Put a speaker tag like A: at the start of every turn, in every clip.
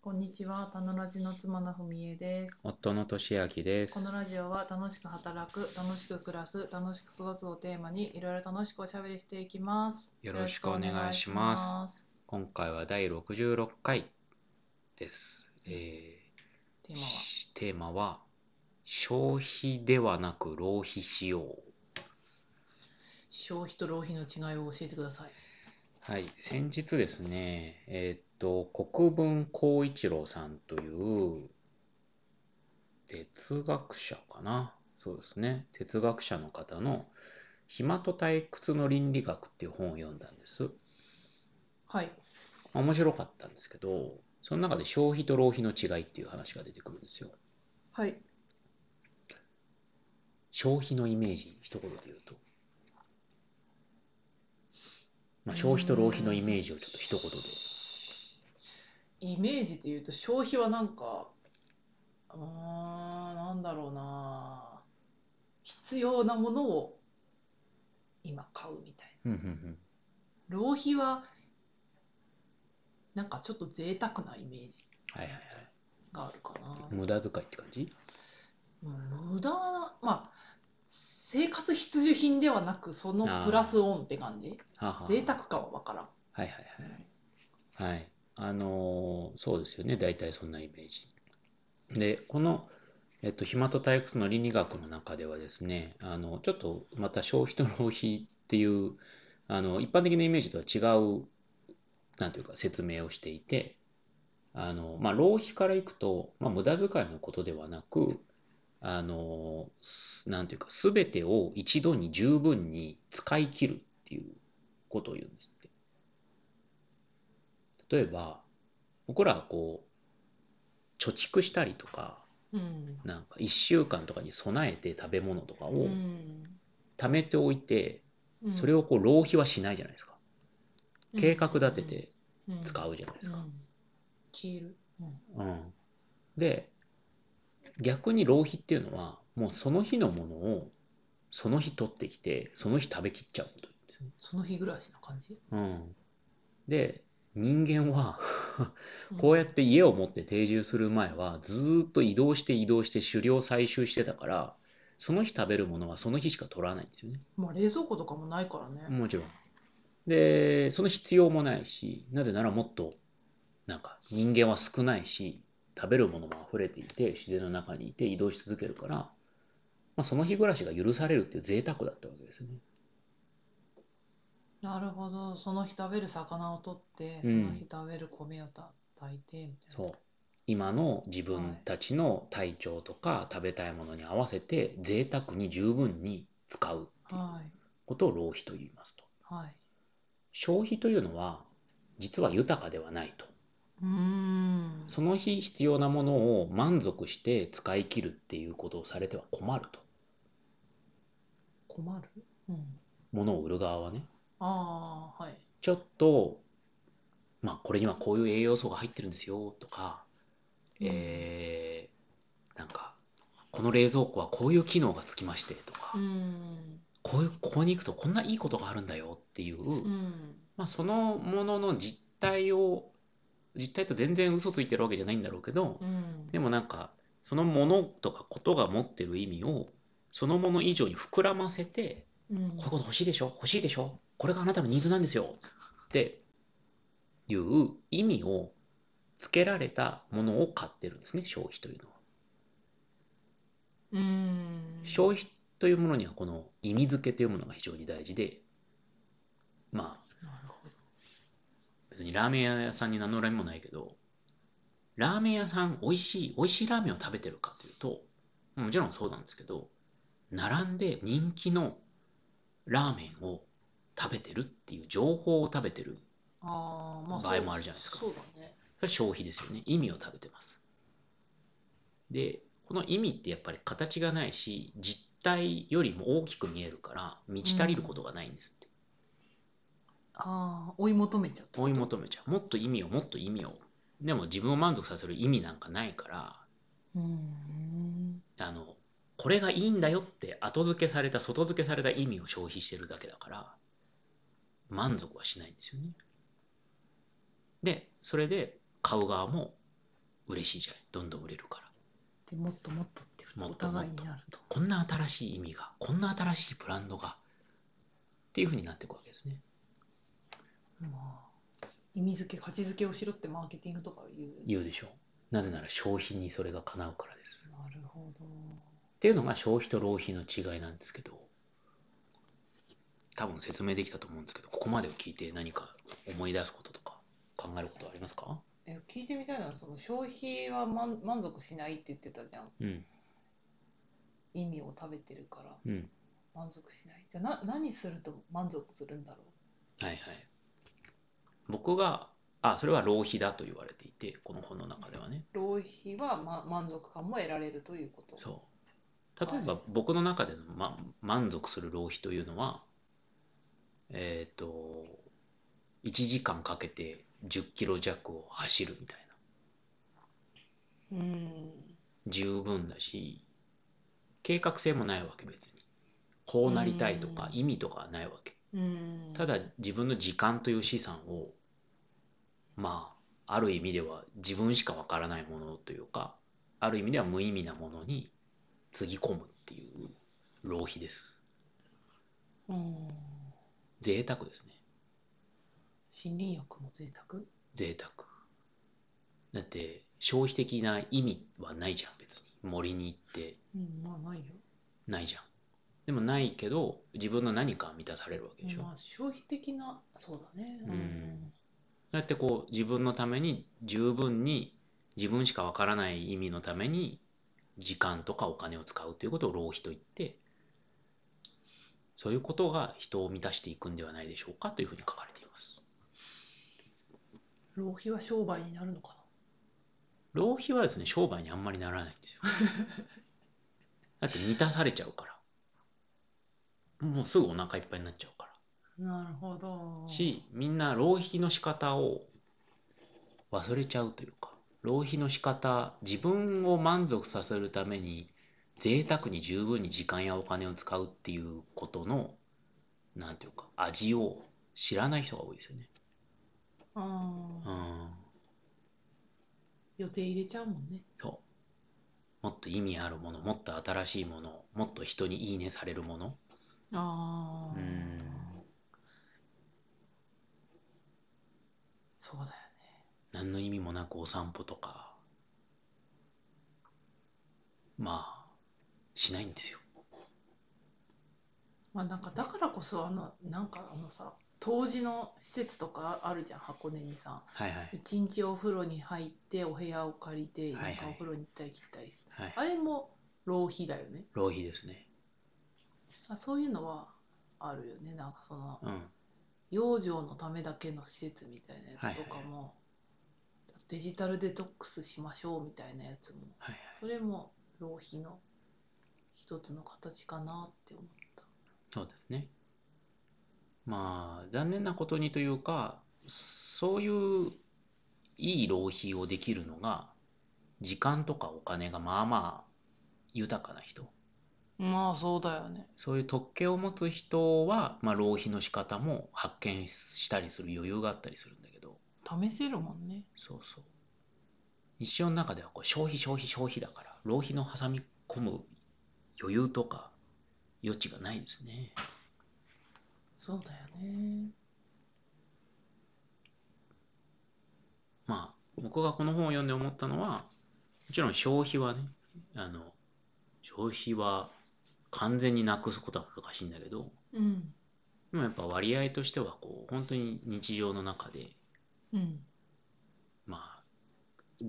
A: こんにちは、たのラジの妻のふみえです。
B: 夫の俊明で
A: この
B: す。
A: ラジオは楽しく働く、楽しく暮らす、楽しく育つをテーマにいろいろ楽しくおしゃべりしていきます。
B: よろしくお願いします
A: よろしく
B: 今回は第66回です。え
A: お願いしますテー
B: ー
A: マは、
B: しテーマは消費ではなく浪費しよう。
A: 消費と浪費の違いを教えてください。
B: はい、先日ですね、えーっと、国分光一郎さんという哲学者かな、そうですね、哲学者の方の暇と退屈の倫理学っていう本を読んだんです。
A: はい。
B: まあ面白かったんですけど、その中で消費と浪費の違いっていう話が出てくるんですよ。
A: はい。
B: 消費のイメージ、一言で言うと。まあ、
A: うん
B: 消費と浪費のイメージをちょっと一言で。
A: イメージで言うと、消費はなんか、うーん、なんだろうな。必要なものを今買うみたいな。
B: うんうんうん
A: 浪費はなんかちょっと贅沢なイメージ
B: はいはいはい。
A: があるかな、
B: 無駄遣いって感じ
A: うん無駄なまあ生活必需品ではなくそのプラスオンって感じ
B: はあはあ
A: 贅沢かは分からん
B: はいはいはい。はい。あのーそうですよね。大体そんなイメージ。で、この、えっと、暇と退屈の倫理学の中ではですね、あの、ちょっとまた消費と浪費っていう、あの、一般的なイメージとは違う、なんていうか説明をしていて、あの、まあ、浪費からいくと、まあ、無駄遣いのことではなく、あの、すなんていうか、すべてを一度に十分に使い切るっていうことを言うんですって。例えば、僕らはこう、貯蓄したりとか、
A: うん、
B: なんか1週間とかに備えて食べ物とか
A: う
B: を
A: ん
B: 貯めておいて、
A: うん
B: それをこう浪費はしないじゃないですか。計画立てて
A: う
B: 使
A: ん
B: うじゃないで
A: う
B: す
A: ん
B: か。
A: 消える、うん
B: うん。で、逆に浪費っていうのは、もうその日のものを、その日取ってきて、その日食べきっちゃうことですね。
A: その日暮らしな感じ、
B: うん。で、人間は
A: うん
B: こうやって家を持って定住する前はずーっと移動して移動して狩猟採集してたからその日食べるものはその日しか取らないんですよね
A: まあ、冷蔵庫とかもないからね、
B: もちろんでその必要もないしなぜならもっとなんか人間は少ないし食べるものも溢れていて自然の中にいて移動し続けるから、まあ、その日暮らしが許されるっていう贅沢だったわけですよね
A: なるほどその日食べる魚を取ってそ
B: うん
A: の日食べる米をた炊いてみたいな
B: そう今の自分たちの体調とか食べたいものに合わせて贅沢に十分に使うっていう
A: はい
B: ことを浪費と言いますと。
A: はい
B: 消費というのは実は豊かではないと。
A: うーん
B: その日必要なものを満足して使い切るっていうことをされては困ると。
A: 困る、うん、
B: 物を売る側はね。
A: ああはい
B: ちょっと、まあこれにはこういう栄養素が入ってるんですよとか、えー、なんか、この冷蔵庫はこういう機能がつきましてとか、
A: うん
B: こういう、ここに行くとこんないいことがあるんだよっていう、
A: うん
B: まあ、そのものの実態を実態と全然嘘ついてるわけじゃないんだろうけど
A: う、ん
B: でもなんかそのものとかことが持ってる意味をそのもの以上に膨らませて、
A: うん
B: こういうこと欲しいでしょ欲しいでしょこれがあなたのニーズなんですよっていう意味をつけられたものを買ってるんですね消費というのは。
A: うん
B: 消費というものにはこの意味付けというものが非常に大事でまあ
A: なるほど
B: 別にラーメン屋さんに何の恨みもないけど、ラーメン屋さん美味しい、美味しいラーメンを食べてるかというと、もちろんそうなんですけど、並んで人気のラーメンを食べてるっていう情報を食べてる、
A: ああまあ
B: 場合もあるじゃないですか
A: そうそうだね
B: それは消費ですよね。意味を食べてます。で、この意味ってやっぱり形がないし、実体よりも大きく見えるから、満ち足りることがないんですって。
A: ああ追い求めちゃった
B: 追い求めちゃう。もっと意味を、もっと意味を。でも自分を満足させる意味なんかないから、
A: うん
B: あの、これがいいんだよって後付けされた、外付けされた意味を消費してるだけだから、満足はしないんですよね。で、それで買う側も、嬉しいじゃないどんどん売れるから
A: でもっともっとって
B: も
A: お
B: っともっ
A: 互い
B: と
A: になると
B: こんな新しい意味がこんな新しいブランドがっていうふうになっていくわけですね
A: まあ意味付け価値付けをしろってマーケティングとか言う
B: 言うでしょうなぜなら消費にそれが叶うからです
A: なるほど
B: っていうのが消費と浪費の違いなんですけど多分説明できたと思うんですけどここまでを聞いて何か思い出すこととか考えることはありますか
A: え聞いてみたいのはその消費は満満足しないって言ってたじゃん
B: うん
A: 意味を食べてるから
B: うん
A: 満足しないじゃあな何すると満足するんだろ
B: はいはい僕があそれは浪費だと言われていてこの本の中ではね
A: う浪費は、ま、満足感も得られるということ
B: そう例えば僕の中での、ま、満足する浪費というのはえっ、と1時間かけて1 0キロ弱を走るみたいな
A: ううん
B: 十分だし計画性もないわけ別にこうなりたいとか
A: うん
B: 意味とかはないわけ
A: うん
B: ただ自分の時間という資産をまあある意味では自分しかわからないものというかある意味では無意味なものにつぎ込むっていう浪費です
A: うん
B: 贅沢ですね
A: 森林浴も贅沢
B: 贅沢だって消費的な意味はないじゃん別に森に行って
A: うんまあないよ
B: ないじゃんでもないけど自分の何かは満たされるわけでしょ、
A: まあ消費的なそうだね
B: うんだってこう自分のために十分に自分しかわからない意味のために時間とかお金を使うということを浪費と言ってそういうことが人を満たしていくんではないでしょうかというふうに書かれています
A: 浪費は商売になるのか
B: 浪費はですね商売にあんまりならないんですよだって満たされちゃうからもうすぐお腹いっぱいになっちゃうから
A: ななるほど
B: しみんな浪費の仕方を忘れちゃうというか浪費の仕方自分を満足させるために贅沢に十分に時間やお金を使うっていうことのなんていうか味を知らない人が多いですよね
A: あ
B: う
A: あ
B: ん
A: 予定入れちゃうもんね
B: そうもっと意味あるものもっと新しいものもっと人にいいねされるもの
A: ああ
B: うん
A: そうだよね
B: 何の意味もなくお散歩とかまあしないんですよ
A: まあなんかだからこそあのなんかあのさ湯治の施設とかあるじゃん箱根にさ
B: はいはい
A: 一日お風呂に入ってお部屋を借りて
B: はいは
A: なん
B: い
A: かお風呂に行ったり来たりする
B: はい
A: あれも浪費だよね
B: 浪費ですね
A: あそういうのはあるよねなんかその
B: うん
A: 養生のためだけの施設みたいなやつとか
B: はい
A: も、デジタルデトックスしましょうみたいなやつも
B: はいはい
A: それも浪費の一つの形かなって思った
B: そうですね。まあ、残念なことにというか、そういういい浪費をできるのが、時間とかお金がまあまあ豊かな人、
A: まあそうだよね
B: そういう特権を持つ人は、まあ、浪費の仕方も発見したりする余裕があったりするんだけど、
A: 試せるもんね
B: そうそう。日常の中ではこう消費消費消費だから、浪費の挟み込む余裕とか余地がないですね。
A: そうだよね
B: まあ、僕がこの本を読んで思ったのは、もちろん消費はね、あの、消費は完全になくすことは難しいんだけど、
A: うん
B: でもやっぱ割合としては、こう、本当に日常の中で、
A: うん
B: まあ、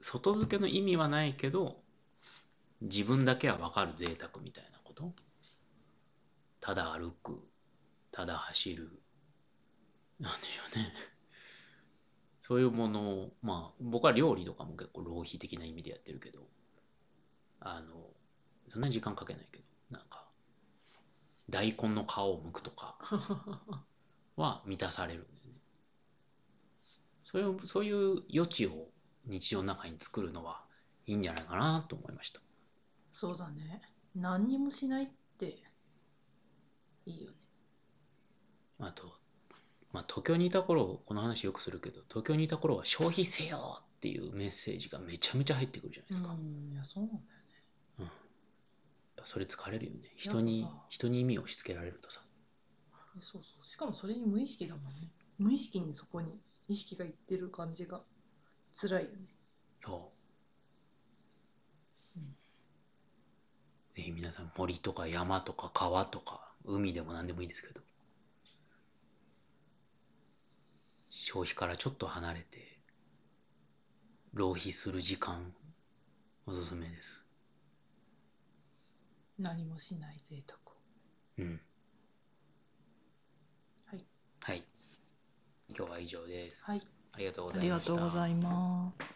B: 外付けの意味はないけど、自分だけはわかる贅沢みたいなこと。ただ歩く、ただ走る、なんでしょうね。そういうものを、まあ、僕は料理とかも結構浪費的な意味でやってるけど、あの、そんなに時間かけないけど、なんか、大根の皮を剥くとかは満たされるんだよね。そういう、そういう余地を日常の中に作るのはいいんじゃないかなと思いました。
A: そうだね何にもしないっていいよね
B: あと、まあ、東京にいた頃、この話よくするけど、東京にいた頃は消費せよっっていうメッセージがめちゃめちゃ入ってくるじゃないですか。
A: うんいやそうなんだよ
B: うんそれ疲れるよね。人に
A: なんかさ、
B: 人に意味を押し付けられるとさ。
A: ねそうそうしかもそれに無意識だもんね無意識にそこに意識がいってる感じが辛いよね
B: そう
A: うん
B: ぜひ皆さん、森とか山とか川とか海でも何でもいいですけど、消費からちょっと離れて、浪費する時間、おすすめです。
A: 何もしない贅沢
B: うん。
A: はい。
B: はい。今日は以上です。
A: はい
B: ありがとうご
A: あ
B: ざい
A: り
B: ま
A: が
B: した。
A: とうございます